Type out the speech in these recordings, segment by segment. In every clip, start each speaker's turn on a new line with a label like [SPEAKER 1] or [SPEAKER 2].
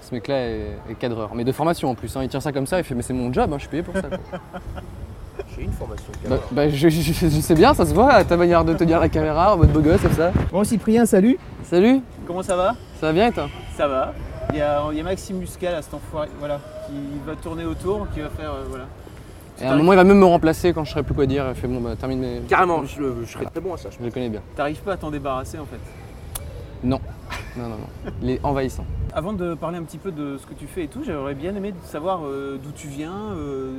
[SPEAKER 1] Ce mec-là est, est cadreur, mais de formation en plus. hein. Il tient ça comme ça, il fait Mais c'est mon job, hein, je suis payé pour ça. quoi.
[SPEAKER 2] J'ai une formation.
[SPEAKER 1] bah, bah, je, je- je sais bien, ça se voit, à ta manière de tenir la caméra en mode beau gosse comme ça.
[SPEAKER 2] Bon Oh, Cyprien, salut
[SPEAKER 1] Salut,
[SPEAKER 3] Comment ça va
[SPEAKER 1] ça va bien et toi
[SPEAKER 3] Ça va. Il y, a, il y a Maxime Muscal à cet enfoiré, voilà, qui va tourner autour, qui va faire, euh, voilà.
[SPEAKER 1] Et à un moment, il va même me remplacer quand je saurais plus quoi dire. Il fait Bon, bah, termine mes.
[SPEAKER 2] Carrément, je, je serais très bon à ça.
[SPEAKER 1] Je le connais bien.
[SPEAKER 3] T'arrives pas à t'en débarrasser en fait.
[SPEAKER 1] Non, non, non, non. Il est envahissant.
[SPEAKER 3] Avant de parler un petit peu de ce que tu fais et tout, j'aurais bien aimé de savoir euh, d'où tu viens, euh,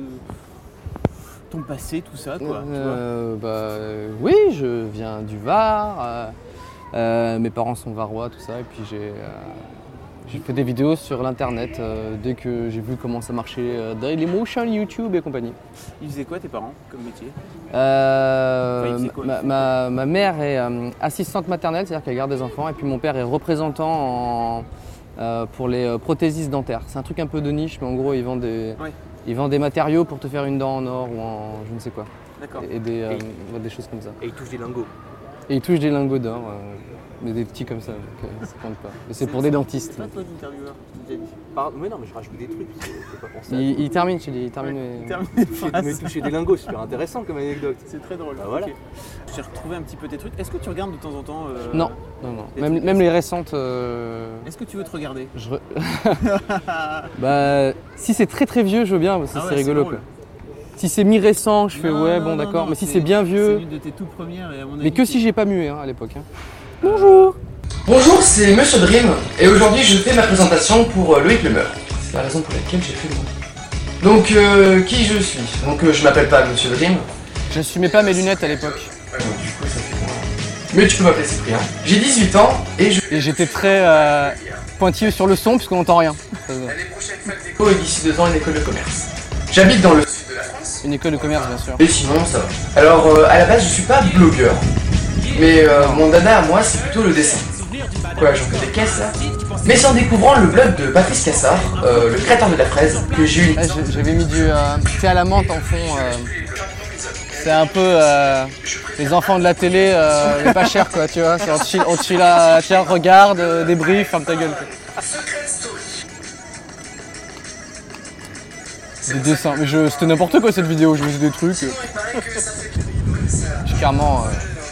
[SPEAKER 3] ton passé, tout ça, quoi. tu vois.
[SPEAKER 1] Euh, bah, euh, oui, je viens du Var. euh, euh, mes parents sont varois, tout ça. Et puis j'ai euh, j'ai fait des vidéos sur l'internet euh, dès que j'ai vu comment ça marchait euh, Dailymotion, YouTube et compagnie.
[SPEAKER 3] Ils faisaient quoi tes parents comme métier
[SPEAKER 1] Euh,
[SPEAKER 3] Enfin, il faisait quoi, il
[SPEAKER 1] ma,
[SPEAKER 3] faisait
[SPEAKER 1] ma- ma mère est euh, assistante maternelle, c'est-à-dire qu'elle garde des enfants, et puis mon père est représentant en- euh, pour les euh, prothésistes dentaires. C'est un truc un peu de niche, mais en gros, ils vendent des,
[SPEAKER 3] Ouais.
[SPEAKER 1] ils vendent des matériaux pour te faire une dent en or ou en je ne sais quoi,
[SPEAKER 3] D'accord.
[SPEAKER 1] et, et des, euh, ouais, des choses comme ça.
[SPEAKER 2] Et il touche des lingots.
[SPEAKER 1] Et ils touchent des lingots d'or, euh, mais des petits comme ça, donc euh, ça compte pas. Mais c'est pour des dentistes.
[SPEAKER 3] C'est pas toi l'intervieweur, tu nous as dit.
[SPEAKER 2] Pardon, mais non, mais je rajoute des trucs, c'est faut pas penser à
[SPEAKER 1] Il, Ah, il termine, je te dis, il termine.
[SPEAKER 3] Ouais,
[SPEAKER 1] mais-
[SPEAKER 3] terminé.
[SPEAKER 2] toucher, mais toucher des lingots, super intéressant comme anecdote.
[SPEAKER 3] C'est très drôle.
[SPEAKER 2] Bah voilà.
[SPEAKER 3] ok. J'ai retrouvé un petit peu tes trucs. Est-ce que tu regardes de temps en temps euh,
[SPEAKER 1] Non, non, non.
[SPEAKER 3] Des
[SPEAKER 1] Même,
[SPEAKER 3] trucs-
[SPEAKER 1] même les récentes. euh,
[SPEAKER 3] Est-ce que tu veux te regarder Ah
[SPEAKER 1] Je re- bah, si c'est très très vieux, je veux bien, parce que
[SPEAKER 3] Ah ouais,
[SPEAKER 1] c'est rigolo.
[SPEAKER 3] drôle.
[SPEAKER 1] quoi. Si c'est mi-récent, je fais
[SPEAKER 3] Non,
[SPEAKER 1] ouais,
[SPEAKER 3] non,
[SPEAKER 1] bon
[SPEAKER 3] non,
[SPEAKER 1] d'accord.
[SPEAKER 3] non,
[SPEAKER 1] Mais si c'est bien
[SPEAKER 3] C'est
[SPEAKER 1] vieux,
[SPEAKER 3] une de tes tout premières et à mon avis.
[SPEAKER 1] mais que
[SPEAKER 3] c'est-
[SPEAKER 1] si j'ai pas mué hein, à l'époque. hein. Bonjour Bonjour, c'est Monsieur Dream, et aujourd'hui je fais ma présentation
[SPEAKER 4] euh,
[SPEAKER 1] pour Loïc Lemeur. C'est la raison pour laquelle j'ai fait mon.
[SPEAKER 4] Donc, euh, qui je suis Donc, euh, je m'appelle pas Monsieur Dream.
[SPEAKER 1] J'assumais pas mes lunettes à l'époque.
[SPEAKER 4] du coup, ça fait moins. Mais tu peux m'appeler Cyprien. J'ai 18 ans et je
[SPEAKER 1] Et j'étais très euh, pointilleux sur le son, puisqu'on n'entend rien. Euh,
[SPEAKER 4] déco et d'ici deux ans une école de commerce. J'habite dans le sud de la France.
[SPEAKER 1] Une école de commerce, bien sûr.
[SPEAKER 4] Et sinon, ça va. Alors, euh, à la base, je suis pas blogueur. Mais euh, mon dada à moi, c'est plutôt le dessin. Quoi, j'en fais des caisses là Mais c'est en découvrant le blog de Patrice Cassard, euh, le créateur de la fraise, que j'ai eu une
[SPEAKER 1] Là, j'ai- j'avais mis du euh, thé à la menthe en fond. euh, c'est un peu euh, les enfants de la télé, euh, mais pas cher quoi, tu vois. c'est On te chie- on te chie là, tiens, regarde, euh, débrief, ferme ta gueule. quoi. Des dessins, mais je- c'était n'importe quoi cette vidéo, je faisais des trucs. euh. J'ai clairement euh,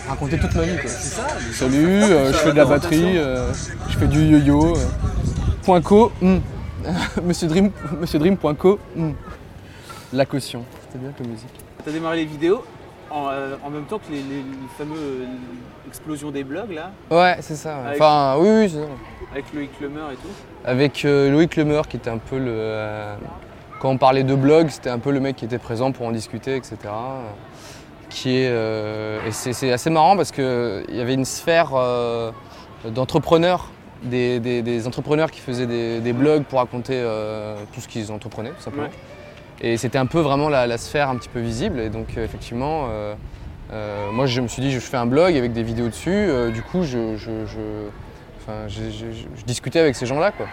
[SPEAKER 1] raconté toute ma vie quoi. Salut, euh, je fais de la batterie, euh, je fais du yo-yo. euh. Point co, hmm. Monsieur Dream, Monsieur Dream.co, hmm. la caution. C'était bien comme musique.
[SPEAKER 3] T'as démarré les vidéos en, euh, en même temps que les, les- les fameux euh, explosions des blogs là,
[SPEAKER 1] Ouais, c'est ça. ouais.
[SPEAKER 3] Avec-
[SPEAKER 1] Enfin, oui, oui, c'est ça.
[SPEAKER 3] avec Loïc Lemeur et tout.
[SPEAKER 1] Avec euh, Loïc Lemeur, qui était un peu le. euh, quand on parlait de blog, c'était un peu le mec qui était présent pour en discuter, etc. euh, Qui est. euh, et c'est c'est assez marrant parce qu'il y avait une sphère euh, d'entrepreneurs, des, des- des entrepreneurs qui faisaient des, des blogs pour raconter euh, tout ce qu'ils entreprenaient, tout simplement.
[SPEAKER 3] Ouais.
[SPEAKER 1] Et c'était un peu vraiment la, la sphère un petit peu visible. Et donc, euh, effectivement. euh, euh, moi, je me suis dit, je fais un blog avec des vidéos dessus. euh, du coup, je, je- je- enfin, je- je- je- je discutais avec ces gens-là, quoi.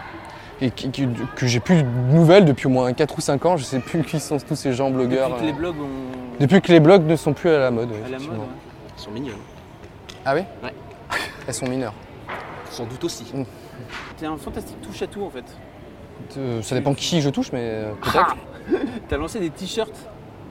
[SPEAKER 1] Et qui- qui- que j'ai plus de nouvelles depuis au moins 4 ou 5 ans. Je sais plus qui sont tous ces gens blogueurs.
[SPEAKER 3] Depuis que
[SPEAKER 1] euh.
[SPEAKER 3] les blogs ont.
[SPEAKER 1] Depuis que les blogs ne sont plus à la mode. ouais,
[SPEAKER 3] à la mode. hein.
[SPEAKER 1] effectivement.
[SPEAKER 3] ouais.
[SPEAKER 2] Ils sont mignons.
[SPEAKER 1] Ah oui
[SPEAKER 2] Ouais.
[SPEAKER 1] Elles sont mineures.
[SPEAKER 2] Sans doute aussi.
[SPEAKER 3] T'es un fantastique touche à tout en fait.
[SPEAKER 1] Euh, ça dépend qui je touche, mais euh, peut-être.
[SPEAKER 3] T'as lancé des t-shirts.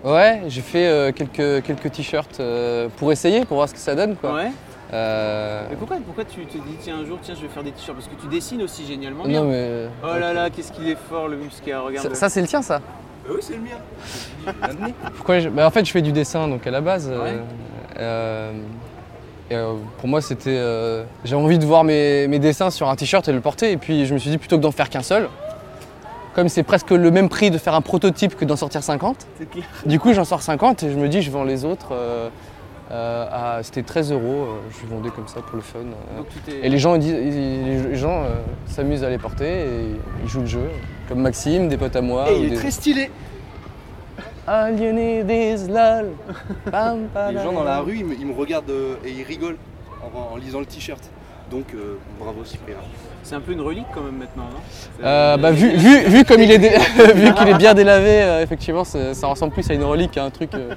[SPEAKER 1] Ouais, j'ai fait euh, quelques, quelques t-shirts euh, pour essayer, pour voir ce que ça donne, quoi.
[SPEAKER 3] Ouais.
[SPEAKER 1] Euh,
[SPEAKER 3] Mais pourquoi, pourquoi tu te dis tiens un jour tiens je vais faire des t-shirts parce que tu dessines aussi génialement. bien.
[SPEAKER 1] Non, mais.
[SPEAKER 3] Oh là là qu'est-ce qu'il est fort le Musca regarde.
[SPEAKER 1] Ça, ça, c'est le tien, ça
[SPEAKER 2] Bah oui, c'est le mien.
[SPEAKER 1] Pourquoi je- bah, En fait, je fais du dessin donc à la base. euh,
[SPEAKER 3] Ouais.
[SPEAKER 1] euh, et, euh, pour moi, c'était. euh, j'ai envie de voir mes, mes dessins sur un t-shirt et le porter. Et puis, je me suis dit plutôt que d'en faire qu'un seul, comme c'est presque le même prix de faire un prototype que d'en sortir 50,
[SPEAKER 3] C'est clair.
[SPEAKER 1] du coup, j'en sors 50 et je me dis, je vends les autres euh, euh, à- c'était 13 euros, euh, je lui vendais comme ça pour le fun. euh.
[SPEAKER 3] Donc tu t'es-
[SPEAKER 1] Et les gens, ils disent- ils- les gens euh, s'amusent à les porter et ils jouent le jeu. Comme Maxime, des potes à moi.
[SPEAKER 2] Et
[SPEAKER 1] ou
[SPEAKER 2] il
[SPEAKER 1] des-
[SPEAKER 2] est très stylé.
[SPEAKER 1] All you need is lol. Bam,
[SPEAKER 2] Les
[SPEAKER 1] padam.
[SPEAKER 2] gens dans la rue, ils me, ils me regardent euh, et ils rigolent en, en lisant le t-shirt. Donc euh, bravo Cyprien.
[SPEAKER 3] C'est un peu une relique quand même maintenant, hein. non
[SPEAKER 1] Euh, bah, vu, vu, vu comme il est, dé- vu qu'il est bien délavé, euh, effectivement, ça, ça ressemble plus à une relique qu'à un truc, euh,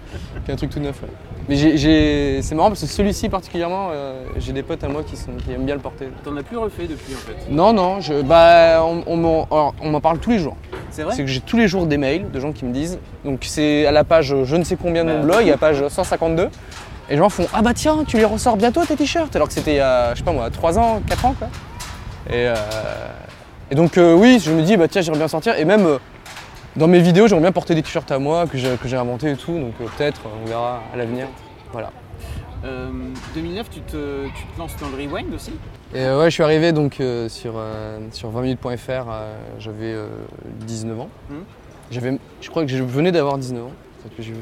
[SPEAKER 1] qu'à un truc tout neuf. ouais. Mais j'ai- j'ai- c'est marrant parce que celui-ci particulièrement, euh, j'ai des potes à moi qui, sont, qui aiment bien le porter.
[SPEAKER 3] T'en as plus refait depuis en fait.
[SPEAKER 1] Non, non, je, bah, on, on m'en- alors, on m'en parle tous les jours.
[SPEAKER 3] C'est vrai
[SPEAKER 1] C'est que j'ai tous les jours des mails de gens qui me disent. Donc c'est à la page euh, je ne sais combien de mon blog, à page 152. Et les gens font Ah bah tiens, tu les ressors bientôt tes t-shirts Alors que c'était il y a, je sais pas moi, 3 ans, 4 ans quoi. Et, euh, et donc euh, oui, je me dis Bah tiens, j'aimerais bien sortir. Et même euh, dans mes vidéos, j'aimerais bien porter des t-shirts à moi que j'ai, que j'ai inventé et tout. Donc euh, peut-être, on verra à l'avenir. Voilà.
[SPEAKER 3] Euh, 2009, tu te, tu te lances dans le rewind aussi
[SPEAKER 1] Et euh, ouais, je suis arrivé donc euh, sur, euh, sur 20minutes.fr, euh, j'avais euh, 19 ans.
[SPEAKER 3] Mhm.
[SPEAKER 1] J'avais, je crois que je venais d'avoir 19 ans. Peut-être que j'ai-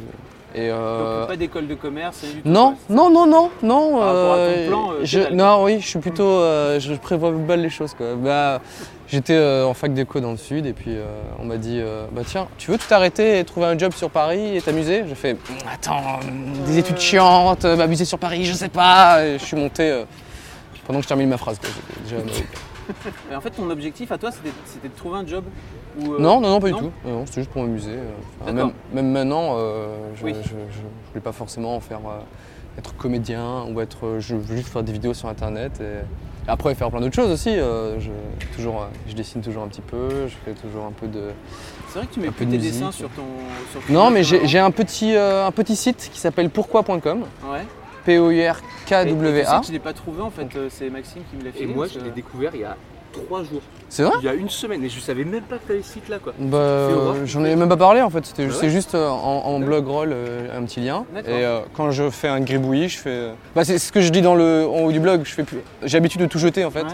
[SPEAKER 1] Et euh,
[SPEAKER 3] Donc, Pas d'école de commerce, rien du tout.
[SPEAKER 1] non,
[SPEAKER 3] quoi.
[SPEAKER 1] non, non, non, non.
[SPEAKER 3] Par rapport à ton
[SPEAKER 1] euh,
[SPEAKER 3] plan, euh,
[SPEAKER 1] je-
[SPEAKER 3] pédale, quoi.
[SPEAKER 1] non, oui, je suis plutôt, euh, je prévois mal les choses quoi. Bah, j'étais euh, en fac d'éco dans le sud et puis euh, on m'a dit, euh, bah tiens, tu veux tout arrêter et trouver un job sur Paris et t'amuser J'ai fait, mm, attends, des études chiantes, euh, m'amuser sur Paris, je sais pas. Et je suis monté euh, pendant que je termine ma phrase. quoi. J'étais déjà mal.
[SPEAKER 3] Mais en fait, ton objectif à toi, c'était c'était de trouver un job ou, euh,
[SPEAKER 1] Non, non, non, pas du
[SPEAKER 3] non
[SPEAKER 1] tout. Non, non, c'était juste pour m'amuser. euh, enfin,
[SPEAKER 3] D'accord.
[SPEAKER 1] même, même maintenant, euh, je,
[SPEAKER 3] Oui.
[SPEAKER 1] je- je- je voulais pas forcément en faire euh, être comédien ou être. euh, je voulais juste faire des vidéos sur internet et, et après faire plein d'autres choses aussi. euh, je, toujours, euh, je dessine toujours un petit peu, je fais toujours un peu de.
[SPEAKER 3] C'est vrai que tu mets
[SPEAKER 1] Un
[SPEAKER 3] plus
[SPEAKER 1] peu de
[SPEAKER 3] tes
[SPEAKER 1] musique.
[SPEAKER 3] dessins sur ton. sur ton-
[SPEAKER 1] Non, mais j'ai j'ai un, petit, euh, un petit site qui s'appelle pourquoi.com,
[SPEAKER 3] Ouais. Et- et tu sais
[SPEAKER 1] P-O-U-R-K-W-A.
[SPEAKER 3] que je l'ai pas trouvé en fait, euh, c'est Maxime qui me l'a
[SPEAKER 2] Et
[SPEAKER 3] filé.
[SPEAKER 2] moi
[SPEAKER 3] parce
[SPEAKER 2] je
[SPEAKER 3] que-
[SPEAKER 2] l'ai découvert il y a trois jours.
[SPEAKER 1] C'est vrai
[SPEAKER 2] Il y a une semaine et je savais même pas que t'avais ce site là quoi.
[SPEAKER 1] Bah,
[SPEAKER 2] Fais au revoir.
[SPEAKER 1] j'en ai même pas parlé en fait, c'était
[SPEAKER 2] Ah ouais
[SPEAKER 1] c'est juste euh, en, en
[SPEAKER 2] Ouais.
[SPEAKER 1] blog roll euh, un petit lien. Et
[SPEAKER 3] D'accord.
[SPEAKER 1] euh, quand je fais un gribouillis, je fais. euh, Bah, c'est ce que je dis dans le en haut du blog, je fais plus- j'ai l'habitude de tout jeter en fait.
[SPEAKER 3] Ouais.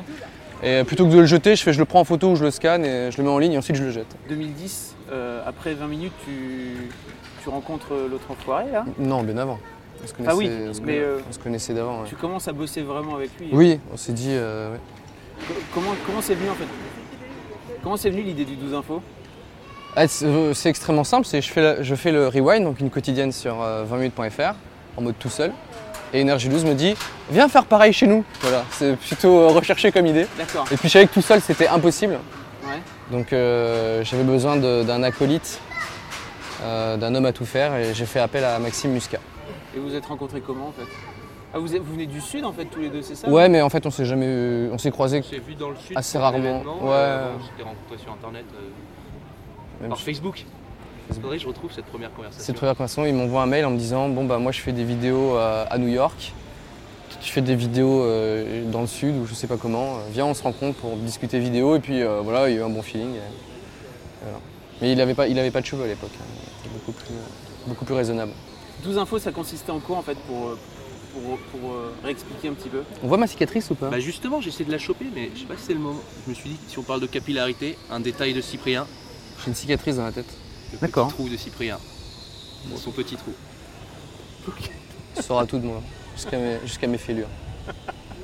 [SPEAKER 1] Et euh, plutôt que de le jeter, je fais je le prends en photo ou je le scanne et je le mets en ligne et ensuite je le jette.
[SPEAKER 3] 2010, euh, après 20 minutes, tu, tu rencontres euh, l'autre enfoiré là.
[SPEAKER 1] Non, bien avant. On se connaissait,
[SPEAKER 3] Ah oui,
[SPEAKER 1] on se
[SPEAKER 3] mais,
[SPEAKER 1] conna-
[SPEAKER 3] euh,
[SPEAKER 1] on se connaissait d'avant. ouais.
[SPEAKER 3] Tu commences à bosser vraiment avec lui.
[SPEAKER 1] Oui, on s'est dit. euh, ouais.
[SPEAKER 3] Co- Comment comment c'est venu en fait Comment c'est venu l'idée du 12 info
[SPEAKER 1] Ah, c'est euh, c'est extrêmement simple, c'est je fais, la- je fais le rewind, donc une quotidienne sur euh, 20minutes.fr, en mode tout seul. Et Energy 12 me dit, viens faire pareil chez nous. Voilà, c'est plutôt euh, recherché comme idée.
[SPEAKER 3] D'accord.
[SPEAKER 1] Et puis je savais que tout seul c'était impossible.
[SPEAKER 3] Ouais.
[SPEAKER 1] Donc euh, j'avais besoin de- d'un acolyte, euh, d'un homme à tout faire et j'ai fait appel à Maxime Muscat.
[SPEAKER 3] Et vous vous êtes rencontrés comment en fait Ah vous, êtes- vous venez du sud en fait tous les deux, c'est ça
[SPEAKER 1] Ouais mais en fait on s'est jamais on s'est croisés
[SPEAKER 5] s'est vu dans le sud.
[SPEAKER 1] Assez
[SPEAKER 5] pour un
[SPEAKER 1] rarement,
[SPEAKER 5] événement,
[SPEAKER 1] ouais.
[SPEAKER 5] euh, on s'était rencontrés sur internet. euh,
[SPEAKER 1] Même
[SPEAKER 5] par
[SPEAKER 1] sur-
[SPEAKER 5] Facebook. Il faudrait que je retrouve cette première conversation.
[SPEAKER 1] cette première conversation, il m'envoie un mail en me disant bon bah moi je fais des vidéos euh, à New York, je fais des vidéos euh, dans le sud ou je sais pas comment, Euh, viens on se rencontre pour discuter vidéo et puis euh, voilà il y a eu un bon feeling. et- et voilà. Mais il avait pas il avait pas de cheveux à l'époque, hein. C'était beaucoup plus beaucoup plus raisonnable.
[SPEAKER 3] 12 infos, ça consistait en quoi en fait pour, euh, pour, pour, euh, réexpliquer un petit peu
[SPEAKER 1] On voit ma cicatrice ou pas
[SPEAKER 5] Bah justement, j'essaie de la choper, mais je sais pas si c'est le moment. Je me suis dit que si on parle de capillarité, un détail de Cyprien,
[SPEAKER 1] J'ai une cicatrice dans la tête.
[SPEAKER 5] le
[SPEAKER 1] D'accord.
[SPEAKER 5] petit trou de Cyprien. Son petit trou.
[SPEAKER 1] Tu sauras tout de moi, jusqu'à mes, jusqu'à mes fêlures.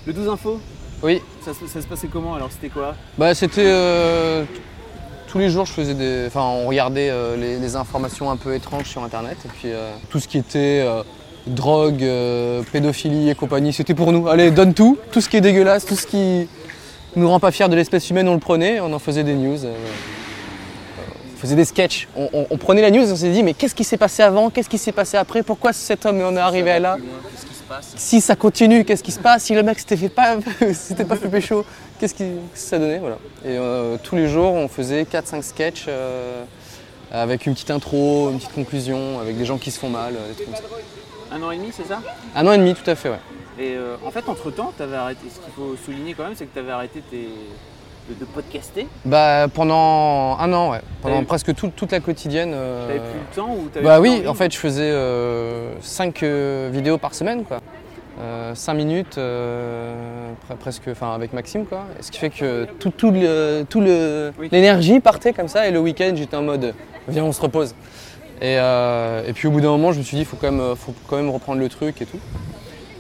[SPEAKER 3] Le 12 info,
[SPEAKER 1] Oui,
[SPEAKER 3] ça, se- ça se passait comment alors C'était quoi
[SPEAKER 1] bah c'était. euh, t- tous les jours, je faisais des. Enfin, on regardait euh, les, les informations un peu étranges sur internet. Et puis, euh, tout ce qui était euh, drogue, euh, pédophilie et compagnie, c'était pour nous. Allez, donne tout. Tout ce qui est dégueulasse, tout ce qui nous rend pas fiers de l'espèce humaine, on le prenait. On en faisait des news. euh, euh, on faisait des sketchs. On, on- on prenait la news et on s'est dit, mais qu'est-ce qui s'est passé avant Qu'est-ce qui s'est passé après Pourquoi cet homme en est arrivé là
[SPEAKER 5] Qu'est-ce qui se passe
[SPEAKER 1] si ça continue, qu'est-ce qui se passe Si le mec s'était fait pas, s'était pas fait pécho, qu'est-ce qui qu'est-ce que ça donnait voilà. Et euh, tous les jours, on faisait 4-5 sketchs euh, avec une petite intro, une petite conclusion, avec des gens qui se font mal, euh, des trucs comme ça.
[SPEAKER 3] Un an et demi, c'est ça
[SPEAKER 1] Un an et demi, tout à fait, ouais.
[SPEAKER 3] Et euh, en fait, entre temps, t'avais arrêté. Ce qu'il faut souligner quand même, c'est que t'avais arrêté tes- de, de podcaster.
[SPEAKER 1] Bah pendant un an, ouais. Pendant
[SPEAKER 3] T'as eu-
[SPEAKER 1] presque tout- toute la quotidienne. euh,
[SPEAKER 3] T'avais plus le temps ou t'avais
[SPEAKER 1] Bah
[SPEAKER 3] plus
[SPEAKER 1] oui,
[SPEAKER 3] envie
[SPEAKER 1] en fait, je faisais 5 vidéos par semaine, quoi. 5 minutes, euh, pre- presque, enfin avec Maxime, quoi. Et ce qui fait que tout, tout le, tout le,
[SPEAKER 3] Oui.
[SPEAKER 1] l'énergie partait comme ça, et le week-end, j'étais en mode, viens, on se repose. Et, euh, et puis au bout d'un moment, je me suis dit, faut quand même, faut quand même reprendre le truc et tout.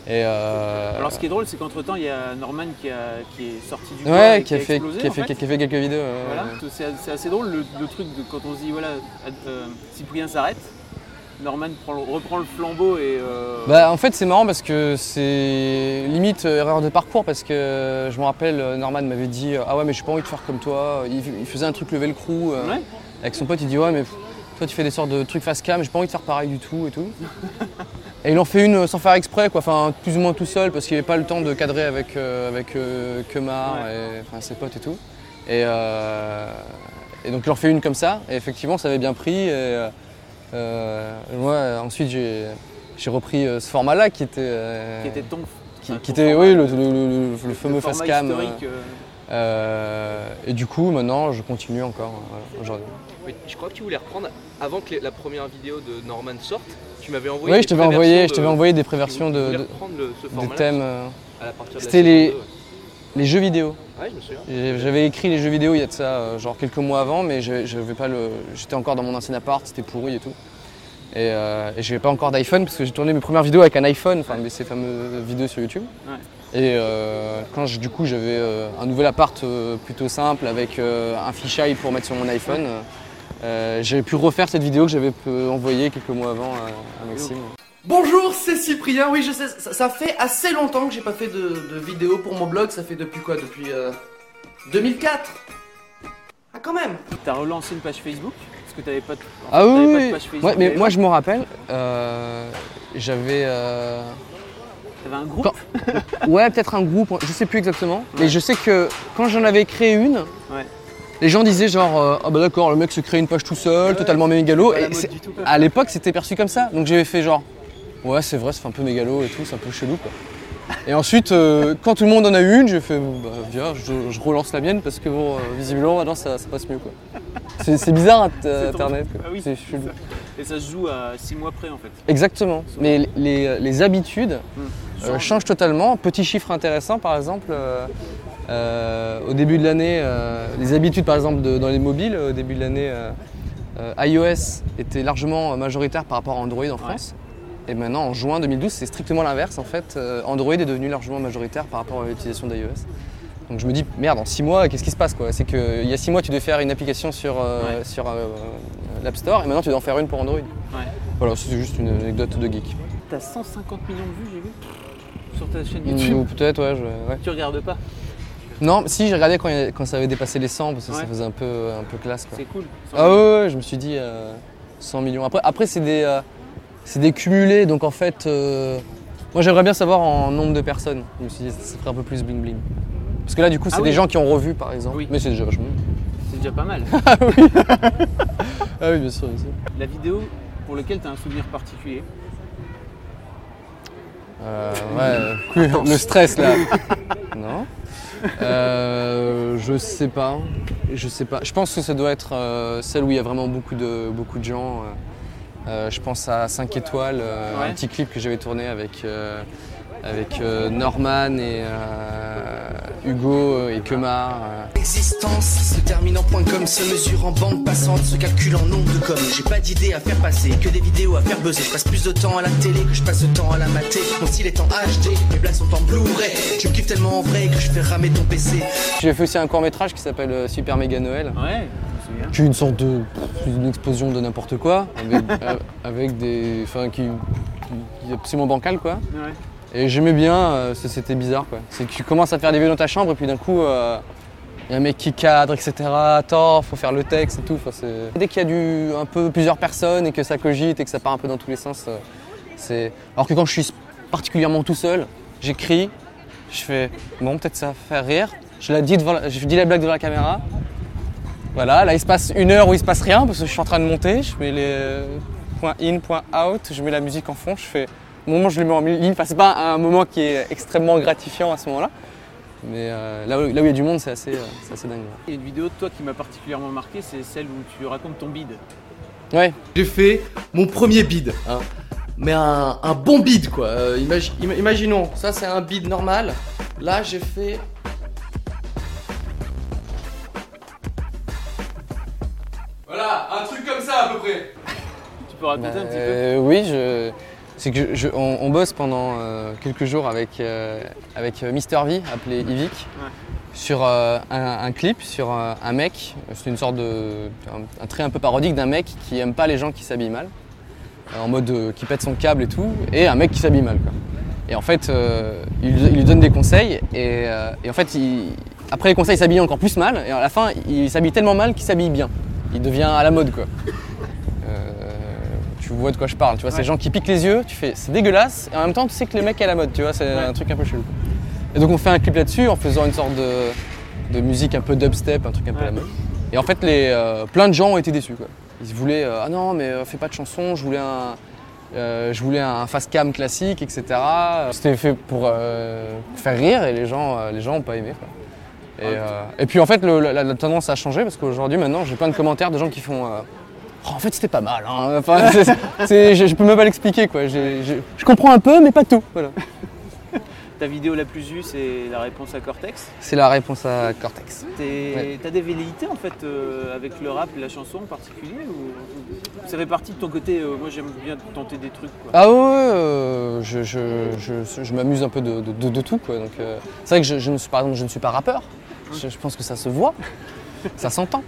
[SPEAKER 1] Et euh,
[SPEAKER 3] Alors ce qui est drôle, c'est qu'entre temps, il y a Norman qui, a- qui est sorti du corps
[SPEAKER 1] ouais,
[SPEAKER 3] et
[SPEAKER 1] qui a fait,
[SPEAKER 3] explosé,
[SPEAKER 1] qui a
[SPEAKER 3] en
[SPEAKER 1] fait,
[SPEAKER 3] fait.
[SPEAKER 1] qui a fait quelques vidéos. euh, ouais,
[SPEAKER 3] Voilà,
[SPEAKER 1] ouais.
[SPEAKER 3] c'est c'est assez drôle le, le truc de quand on se dit voilà, euh, Cyprien s'arrête, Norman prend le- reprend le flambeau et. euh,
[SPEAKER 1] Bah, en fait c'est marrant parce que c'est limite euh, erreur de parcours parce que euh, je me rappelle euh, Norman m'avait dit euh, ah ouais mais j'ai pas envie de faire comme toi il, il faisait un truc lever le crew euh,
[SPEAKER 3] Ouais.
[SPEAKER 1] avec son pote il dit ouais mais pff, toi tu fais des sortes de trucs face cam j'ai pas envie de faire pareil du tout et tout et il en fait une euh, sans faire exprès quoi enfin plus ou moins tout seul parce qu'il avait pas le temps de cadrer avec euh, avec euh, Kemar et enfin, ses potes et tout et, euh, et donc il en fait une comme ça et effectivement ça avait bien pris et euh, euh, moi euh, ensuite j'ai j'ai repris euh, ce format-là qui était, euh,
[SPEAKER 3] qui était ton.
[SPEAKER 1] qui-
[SPEAKER 3] enfin,
[SPEAKER 1] qui
[SPEAKER 3] ton
[SPEAKER 1] était,
[SPEAKER 3] format-
[SPEAKER 1] oui, le, le- le- le- le fameux
[SPEAKER 3] le format
[SPEAKER 1] facecam. euh,
[SPEAKER 3] historique, euh,
[SPEAKER 1] euh, et du coup, maintenant, je continue encore euh, voilà, aujourd'hui.
[SPEAKER 5] Oui, je crois que tu voulais reprendre avant que les- la première vidéo de Norman sorte. Tu m'avais envoyé.
[SPEAKER 1] Oui,
[SPEAKER 5] des
[SPEAKER 1] je t'avais envoyé,
[SPEAKER 5] préversions
[SPEAKER 1] je t'avais
[SPEAKER 5] de-
[SPEAKER 1] envoyé des
[SPEAKER 5] tu
[SPEAKER 1] préversions de,
[SPEAKER 5] voulais
[SPEAKER 1] de-
[SPEAKER 5] reprendre le- ce
[SPEAKER 1] des
[SPEAKER 5] format-là
[SPEAKER 1] thèmes, euh,
[SPEAKER 5] à la partir de la
[SPEAKER 1] C'était
[SPEAKER 5] saison
[SPEAKER 1] les-
[SPEAKER 5] 2, ouais.
[SPEAKER 1] les jeux vidéo.
[SPEAKER 5] Ouais, je me souviens.
[SPEAKER 1] J'ai- J'avais écrit les jeux vidéo il y a de ça euh, genre quelques mois avant, mais je- j'avais pas le, j'étais encore dans mon ancien appart, c'était pourri et tout. Et, euh, et j'avais pas encore d'iPhone parce que j'ai tourné mes premières vidéos avec un iPhone, enfin mais ces fameuses vidéos sur YouTube.
[SPEAKER 3] Ouais.
[SPEAKER 1] Et euh, quand je- du coup j'avais euh, un nouvel appart euh, plutôt simple avec euh, un fisheye pour mettre sur mon iPhone, euh, euh, j'avais pu refaire cette vidéo que j'avais euh, envoyée quelques mois avant euh, à, à Maxime.
[SPEAKER 4] Bonjour, c'est Cyprien. Oui, je sais, ça, ça fait assez longtemps que j'ai pas fait de, de vidéo pour mon blog. Ça fait depuis quoi Depuis euh, 2004 Ah, quand même
[SPEAKER 3] euh, T'as relancé une page Facebook parce que t'avais pas. de- en
[SPEAKER 1] Ah
[SPEAKER 3] fait,
[SPEAKER 1] oui,
[SPEAKER 3] t'avais
[SPEAKER 1] oui,
[SPEAKER 3] pas de
[SPEAKER 1] oui.
[SPEAKER 3] page Facebook,
[SPEAKER 1] Ouais, mais
[SPEAKER 3] t'avais
[SPEAKER 1] moi
[SPEAKER 3] pas-
[SPEAKER 1] je me rappelle, euh, j'avais euh,
[SPEAKER 3] T'avais un groupe.
[SPEAKER 1] Quand- Ouais, peut-être un groupe, je sais plus exactement. Mais je sais que quand j'en avais créé une,
[SPEAKER 3] Ouais.
[SPEAKER 1] les gens disaient genre euh, Ah bah d'accord, le mec se crée une page tout seul, totalement mégalo.
[SPEAKER 5] Pas la
[SPEAKER 1] Et
[SPEAKER 5] mode
[SPEAKER 1] c'est- euh,
[SPEAKER 5] du tout.
[SPEAKER 1] à l'époque, c'était perçu comme ça. Donc j'avais fait genre Ouais, c'est vrai, ça fait un peu mégalo et tout, c'est un peu chelou quoi. Et ensuite, euh, quand tout le monde en a eu une, j'ai fait Bon, Bah viens, je, je relance la mienne parce que bon, euh, visiblement maintenant ça, ça passe mieux quoi. C'est c'est bizarre euh,
[SPEAKER 3] C'est ton-
[SPEAKER 1] internet. quoi.
[SPEAKER 3] Ah oui,
[SPEAKER 1] C'est
[SPEAKER 3] c'est
[SPEAKER 1] chelou.
[SPEAKER 3] ça. Et ça se joue à 6 mois près en fait.
[SPEAKER 1] Exactement. Mais les, les habitudes euh, changent totalement. Petit chiffre intéressant, par exemple, euh, euh, au début de l'année, euh, les habitudes, par exemple, de- dans les mobiles, au début de l'année, euh, euh, iOS était largement majoritaire par rapport à Android en France. Et maintenant, en juin 2012, c'est strictement l'inverse. En fait, Euh, Android est devenu largement majoritaire par rapport à l'utilisation d'iOS. Donc je me dis, merde, en 6 mois, qu'est-ce qui se passe quoi C'est qu'il y a 6 mois, tu devais faire une application sur, euh, sur euh, l'App Store et maintenant, tu dois en faire une pour Android. Voilà, c'est juste une anecdote de geek.
[SPEAKER 3] T'as 150 millions de vues, j'ai vu, sur ta chaîne YouTube.
[SPEAKER 1] Ou peut-être, ouais, je- ouais.
[SPEAKER 3] Tu regardes pas,
[SPEAKER 1] Non, si, j'ai regardé quand, il y a- quand ça avait dépassé les 100, parce que ça
[SPEAKER 3] Ouais.
[SPEAKER 1] faisait un peu, un peu classe. Quoi.
[SPEAKER 3] c'est cool.
[SPEAKER 1] Ah ouais, ouais, ouais, je me suis dit euh, 100 millions. Après, après c'est des, euh, c'est des cumulés, donc en fait, euh, moi j'aimerais bien savoir en nombre de personnes. Je me suis dit, ça ferait un peu plus bling bling. Parce que là, du coup, c'est
[SPEAKER 3] Ah
[SPEAKER 1] des
[SPEAKER 3] oui.
[SPEAKER 1] gens qui ont revu, par exemple.
[SPEAKER 3] Oui.
[SPEAKER 1] Mais c'est déjà vachement.
[SPEAKER 3] C'est déjà pas mal.
[SPEAKER 1] Ah oui, bien sûr, bien sûr.
[SPEAKER 3] La vidéo pour laquelle t'as un souvenir particulier.
[SPEAKER 1] Euh, ouais, euh, le stress là. non. Euh, je sais pas. Je sais pas. Je pense que ça doit être euh, celle où il y a vraiment beaucoup de, beaucoup de gens. euh. Euh, je pense à 5 étoiles, euh,
[SPEAKER 3] Ouais.
[SPEAKER 1] un petit clip que j'avais tourné avec, euh, avec euh, Norman et euh, Hugo et Kemar. euh.
[SPEAKER 6] L'existence se termine en point comme, se mesure en bande passante, se calcule en nombre de comme. J'ai pas d'idées à faire passer, que des vidéos à faire buzzer. Je passe plus de temps à la télé que je passe de temps à la mater. Mon style est en HD, mes blagues sont en Blu-ray. Tu me kiffes tellement en vrai que je fais ramer ton PC.
[SPEAKER 1] J'ai fait aussi un court métrage qui s'appelle euh, Super Méga Noël.
[SPEAKER 3] Ouais, je me souviens.
[SPEAKER 1] qui est une sorte de pff, une explosion de n'importe quoi avec, euh, avec des enfin qui, qui est absolument bancal quoi
[SPEAKER 3] Ouais.
[SPEAKER 1] et j'aimais bien euh, c'est- c'était bizarre quoi c'est que tu commences à faire des vidéos dans ta chambre et puis d'un coup euh, il y a un mec qui cadre etc attends faut faire le texte et tout Enfin, c'est- dès qu'il y a du un peu plusieurs personnes et que ça cogite et que ça part un peu dans tous les sens euh, c'est alors que quand je suis particulièrement tout seul j'écris je fais bon peut-être ça va faire rire je la dis devant la- je dis la blague devant la caméra voilà, là il se passe une heure où il se passe rien parce que je suis en train de monter, je mets les points in, points out, je mets la musique en fond, je fais. Au moment où je les mets en ligne, enfin c'est pas un moment qui est extrêmement gratifiant à ce moment-là. Mais euh, là, où, là où il y a du monde, c'est assez, euh, c'est assez dingue. ouais.
[SPEAKER 3] Et une vidéo de toi qui m'a particulièrement marqué, c'est celle où tu racontes ton bide.
[SPEAKER 1] Ouais,
[SPEAKER 4] J'ai fait mon premier bid. hein. Mais un, un bon bid, quoi. Euh, imagi- im- imaginons, ça c'est un bid normal. Là, j'ai fait.
[SPEAKER 3] Tu peux raconter
[SPEAKER 1] Bah,
[SPEAKER 3] un petit peu
[SPEAKER 1] euh, oui, je... c'est que je- je- on, on bosse pendant euh, quelques jours avec, euh, avec Mister V, appelé Ivic, sur euh, un, un clip, sur euh, un mec. C'est une sorte de. Un, un trait un peu parodique d'un mec qui aime pas les gens qui s'habillent mal, euh, en mode euh, qui pète son câble et tout, et un mec qui s'habille mal. quoi. Et en fait, euh, il, lui- il lui donne des conseils, et, euh, et en fait, il- après les conseils, il s'habille encore plus mal, et à la fin, il s'habille tellement mal qu'il s'habille bien. Il devient à la mode, quoi. Euh, tu vois de quoi je parle, tu vois, ces gens qui piquent les yeux, tu fais c'est dégueulasse, et en même temps tu sais que le mec est à la mode, tu vois, c'est un truc un peu chelou. Et donc on fait un clip là-dessus en faisant une sorte de, de musique un peu dubstep, un truc un peu à la mode. Et en fait, les, euh, plein de gens ont été déçus, quoi. Ils voulaient, euh, ah non, mais euh, fais pas de chanson, je voulais un. euh, je voulais un fast cam classique, etc. C'était fait pour euh, faire rire et les gens, euh, les gens ont pas aimé. quoi. Et, euh, et puis en fait, le- la, la tendance a changé parce qu'aujourd'hui, maintenant, j'ai plein de commentaires de gens qui font euh, Oh, en fait, c'était pas mal. hein. Enfin, c'est- c'est- je, je peux même pas l'expliquer, quoi. J'ai- j'ai- je comprends un peu, mais pas tout. Voilà.
[SPEAKER 3] Ta vidéo la plus vue, c'est la réponse à Cortex.
[SPEAKER 1] C'est la réponse à Cortex.
[SPEAKER 3] T'es-
[SPEAKER 1] Ouais.
[SPEAKER 3] T'as des velléités en fait euh, avec le rap et la chanson en particulier ou ça fait partie de ton côté euh, Moi j'aime bien tenter des trucs quoi.
[SPEAKER 1] Ah ouais, ouais, euh, je, je- je- je m'amuse un peu de, de- de- de tout, quoi. Donc, euh, c'est vrai que je, je ne suis, par exemple, je ne suis pas rappeur. Je, je pense que ça se voit, ça s'entend.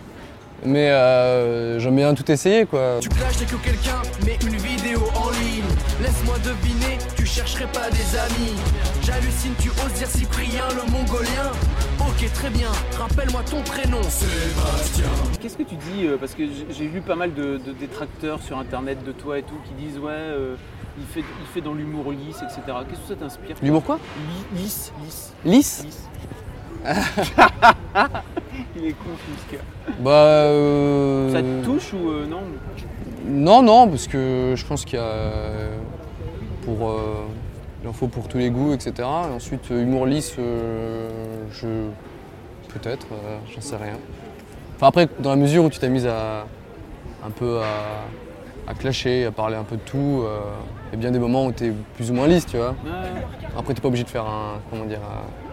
[SPEAKER 1] Mais euh, j'aime bien tout essayer, quoi.
[SPEAKER 6] Tu clash dès que quelqu'un met une vidéo en ligne. Laisse-moi deviner, tu chercherais pas des amis. J'hallucine, tu oses dire Cyprien le mongolien. Ok, très bien, rappelle-moi ton prénom. Sébastien.
[SPEAKER 3] Qu'est-ce que tu dis euh, Parce que j- j'ai lu pas mal de, de détracteurs sur internet de toi et tout qui disent ouais, euh, il, fait, il fait dans l'humour lisse, etc. Qu'est-ce que ça t'inspire toi
[SPEAKER 1] L'humour quoi
[SPEAKER 3] Li- Lisse, lisse,
[SPEAKER 1] Lisse
[SPEAKER 3] lisse. il est con, Fisker.
[SPEAKER 1] Bah. euh,
[SPEAKER 3] Ça te touche ou euh, non
[SPEAKER 1] Non, non, parce que je pense qu'il y a euh, pour euh, l'info pour tous les goûts, etc. Et ensuite, euh, humour lisse, euh, je peut-être, euh, j'en sais rien. Enfin après, dans la mesure où tu t'amuses à un peu à, à clasher, à parler un peu de tout, euh, il y a bien des moments où t'es plus ou moins lisse, tu vois.
[SPEAKER 3] Ouais.
[SPEAKER 1] Après, t'es pas obligé de faire un comment dire. un-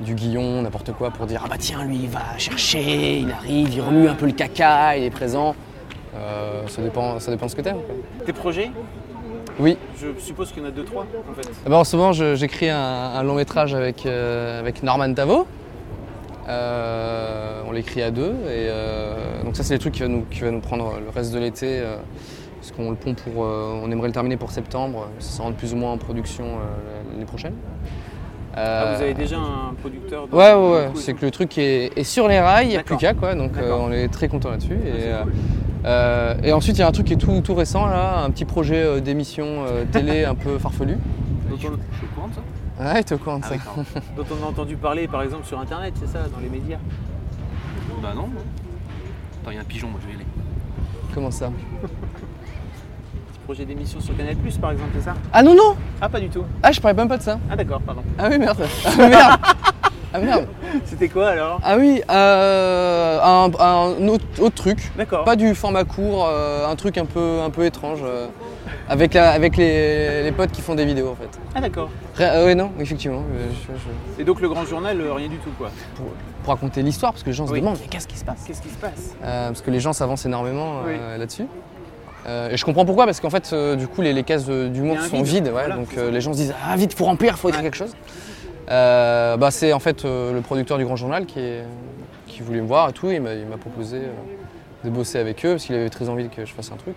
[SPEAKER 1] du guillon, n'importe quoi, pour dire ah bah tiens lui il va chercher, il arrive, il remue un peu le caca, il est présent. Euh, ça dépend, ça dépend de ce que t'aimes. quoi.
[SPEAKER 3] Tes projets
[SPEAKER 1] Oui.
[SPEAKER 3] Je suppose qu'il y en a deux, trois en fait.
[SPEAKER 1] Eh ben, en ce moment, je- j'écris un, un long métrage avec, euh, avec Norman Tavo. Euh, on l'écrit à deux. Et, euh, donc ça, c'est les trucs qui va, nous, qui va nous prendre le reste de l'été. euh, parce qu'on le pond pour... euh, on aimerait le terminer pour septembre. Ça rentre plus ou moins en production euh, l'année prochaine.
[SPEAKER 3] Ah,
[SPEAKER 1] Euh,
[SPEAKER 3] vous avez déjà un producteur de-
[SPEAKER 1] Ouais, ouais, ouais.
[SPEAKER 3] du coup,
[SPEAKER 1] C'est que le truc est, est sur les rails, il n'y a plus
[SPEAKER 3] D'accord.
[SPEAKER 1] qu'à quoi. Donc euh,
[SPEAKER 3] D'accord. Ah,
[SPEAKER 1] on est très content là-dessus. Et, euh, euh, et ensuite, il y a un truc qui est tout, tout récent là, un petit projet euh, d'émission euh, télé un peu farfelu.
[SPEAKER 3] dont on-
[SPEAKER 1] Ouais, t'es au courant
[SPEAKER 3] Ah,
[SPEAKER 1] de ça.
[SPEAKER 3] dont on a entendu parler par exemple sur internet, c'est ça, dans les médias
[SPEAKER 5] Bah non. Attends, il y a un pigeon, moi je vais y aller.
[SPEAKER 1] Comment ça
[SPEAKER 3] Petit projet d'émission sur Canal Plus par exemple, c'est ça
[SPEAKER 1] Ah non, non
[SPEAKER 3] Ah, pas du tout.
[SPEAKER 1] Ah, je parlais même pas de ça.
[SPEAKER 3] Ah, d'accord, pardon.
[SPEAKER 1] Ah oui, merde. Ah merde. Ah merde.
[SPEAKER 3] C'était quoi alors
[SPEAKER 1] Ah oui, euh, un, un autre, autre truc.
[SPEAKER 3] D'accord.
[SPEAKER 1] Pas du format court, euh, un truc un peu, un peu étrange. euh, avec la, avec les, les potes qui font des vidéos en fait.
[SPEAKER 3] Ah, d'accord.
[SPEAKER 1] Ré- euh, ouais, non, effectivement. euh, je- je-
[SPEAKER 3] Et donc le grand journal, euh, rien du tout quoi.
[SPEAKER 1] Pour raconter l'histoire, parce que les gens se
[SPEAKER 3] Oui.
[SPEAKER 1] demandent, mais qu'est-ce qui se passe
[SPEAKER 3] Qu'est-ce qui se passe
[SPEAKER 1] Euh, parce que les gens s'avancent énormément euh, là-dessus. Euh, et je comprends pourquoi, parce qu'en fait, euh, du coup, les, les cases euh, d'humour
[SPEAKER 3] Il y a un
[SPEAKER 1] sont
[SPEAKER 3] vide,
[SPEAKER 1] vides, ouais,
[SPEAKER 3] voilà,
[SPEAKER 1] donc
[SPEAKER 3] c'est
[SPEAKER 1] euh,
[SPEAKER 3] ça.
[SPEAKER 1] les gens se disent Ah, vite, faut remplir, faut écrire quelque chose. Euh, bah, c'est en fait euh, le producteur du Grand Journal qui, est- qui voulait me voir et tout, il m'a il m'a proposé euh, de bosser avec eux, parce qu'il avait très envie que je fasse un truc.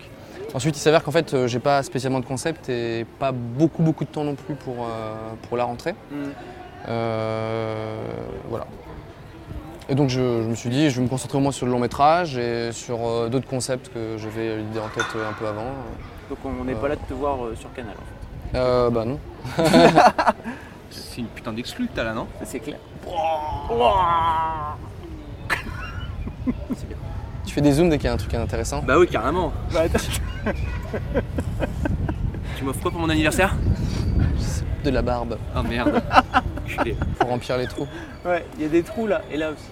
[SPEAKER 1] Ensuite, il s'avère qu'en fait, euh, j'ai pas spécialement de concept et pas beaucoup, beaucoup de temps non plus pour, euh, pour la rentrée.
[SPEAKER 3] Hmm.
[SPEAKER 1] Euh, voilà. Et donc je, je me suis dit, je vais me concentrer au moins sur le long métrage et sur euh, d'autres concepts que j'avais l'idée en tête euh, un peu avant.
[SPEAKER 3] Donc on n'est pas là de te voir euh, sur Canal en fait.
[SPEAKER 1] Euh, bah non.
[SPEAKER 5] C'est une putain d'exclu que t'as là, non
[SPEAKER 3] Ça, C'est clair.
[SPEAKER 1] Tu fais des zooms dès qu'il y a un truc intéressant.
[SPEAKER 5] Bah oui, carrément.
[SPEAKER 3] Bah, attends.
[SPEAKER 5] Tu m'offres quoi pour mon anniversaire
[SPEAKER 1] De la barbe
[SPEAKER 5] Ah merde. Enculé.
[SPEAKER 1] pour remplir les trous.
[SPEAKER 3] Ouais, il y a des trous là et là aussi.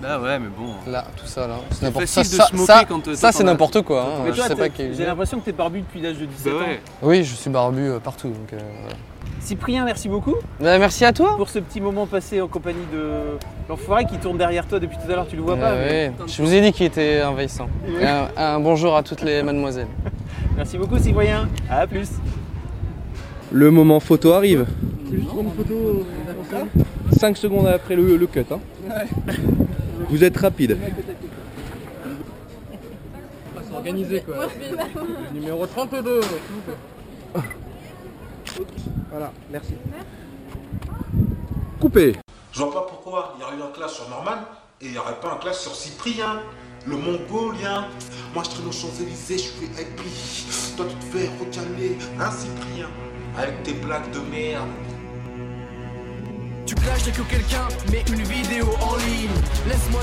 [SPEAKER 5] Bah ouais, mais bon.
[SPEAKER 1] Là, tout ça là. C'est
[SPEAKER 5] facile de se moquer
[SPEAKER 1] ça,
[SPEAKER 5] quand, euh,
[SPEAKER 1] ça
[SPEAKER 5] t'entends
[SPEAKER 1] c'est
[SPEAKER 5] la-
[SPEAKER 1] n'importe quoi. hein.
[SPEAKER 3] Mais
[SPEAKER 1] Je
[SPEAKER 3] toi,
[SPEAKER 1] sais pas
[SPEAKER 3] t'es-
[SPEAKER 1] quel-
[SPEAKER 3] j'ai l'impression que t'es barbu depuis l'âge de 17
[SPEAKER 5] Bah
[SPEAKER 3] ans.
[SPEAKER 5] ouais.
[SPEAKER 1] Oui, je suis barbu euh, partout. Donc, euh, voilà.
[SPEAKER 3] Cyprien, merci beaucoup
[SPEAKER 1] Bah, merci à toi.
[SPEAKER 3] pour ce petit moment passé en compagnie de l'enfoiré qui tourne derrière toi depuis tout à l'heure, tu le vois pas.
[SPEAKER 1] Euh,
[SPEAKER 3] mais-
[SPEAKER 1] oui. Je vous ai dit qu'il était envahissant. Et Un, un bonjour à toutes les mademoiselles.
[SPEAKER 3] Merci beaucoup, citoyens. À plus.
[SPEAKER 1] Le moment photo arrive. 5 secondes après le, le cut. hein. Vous êtes rapide.
[SPEAKER 7] Organisé quoi. Numéro 32.
[SPEAKER 1] Voilà, merci. Coupé.
[SPEAKER 8] Je vois pas pourquoi il y aurait eu un clash sur Norman et il n'y aurait pas un clash sur Cyprien, le Mongolien. Moi je traîne aux Champs-Élysées, je suis happy. Toi tu te fais recaler, hein Cyprien Avec tes blagues de merde.
[SPEAKER 6] Tu clashes dès que quelqu'un met une vidéo en ligne. Laisse-moi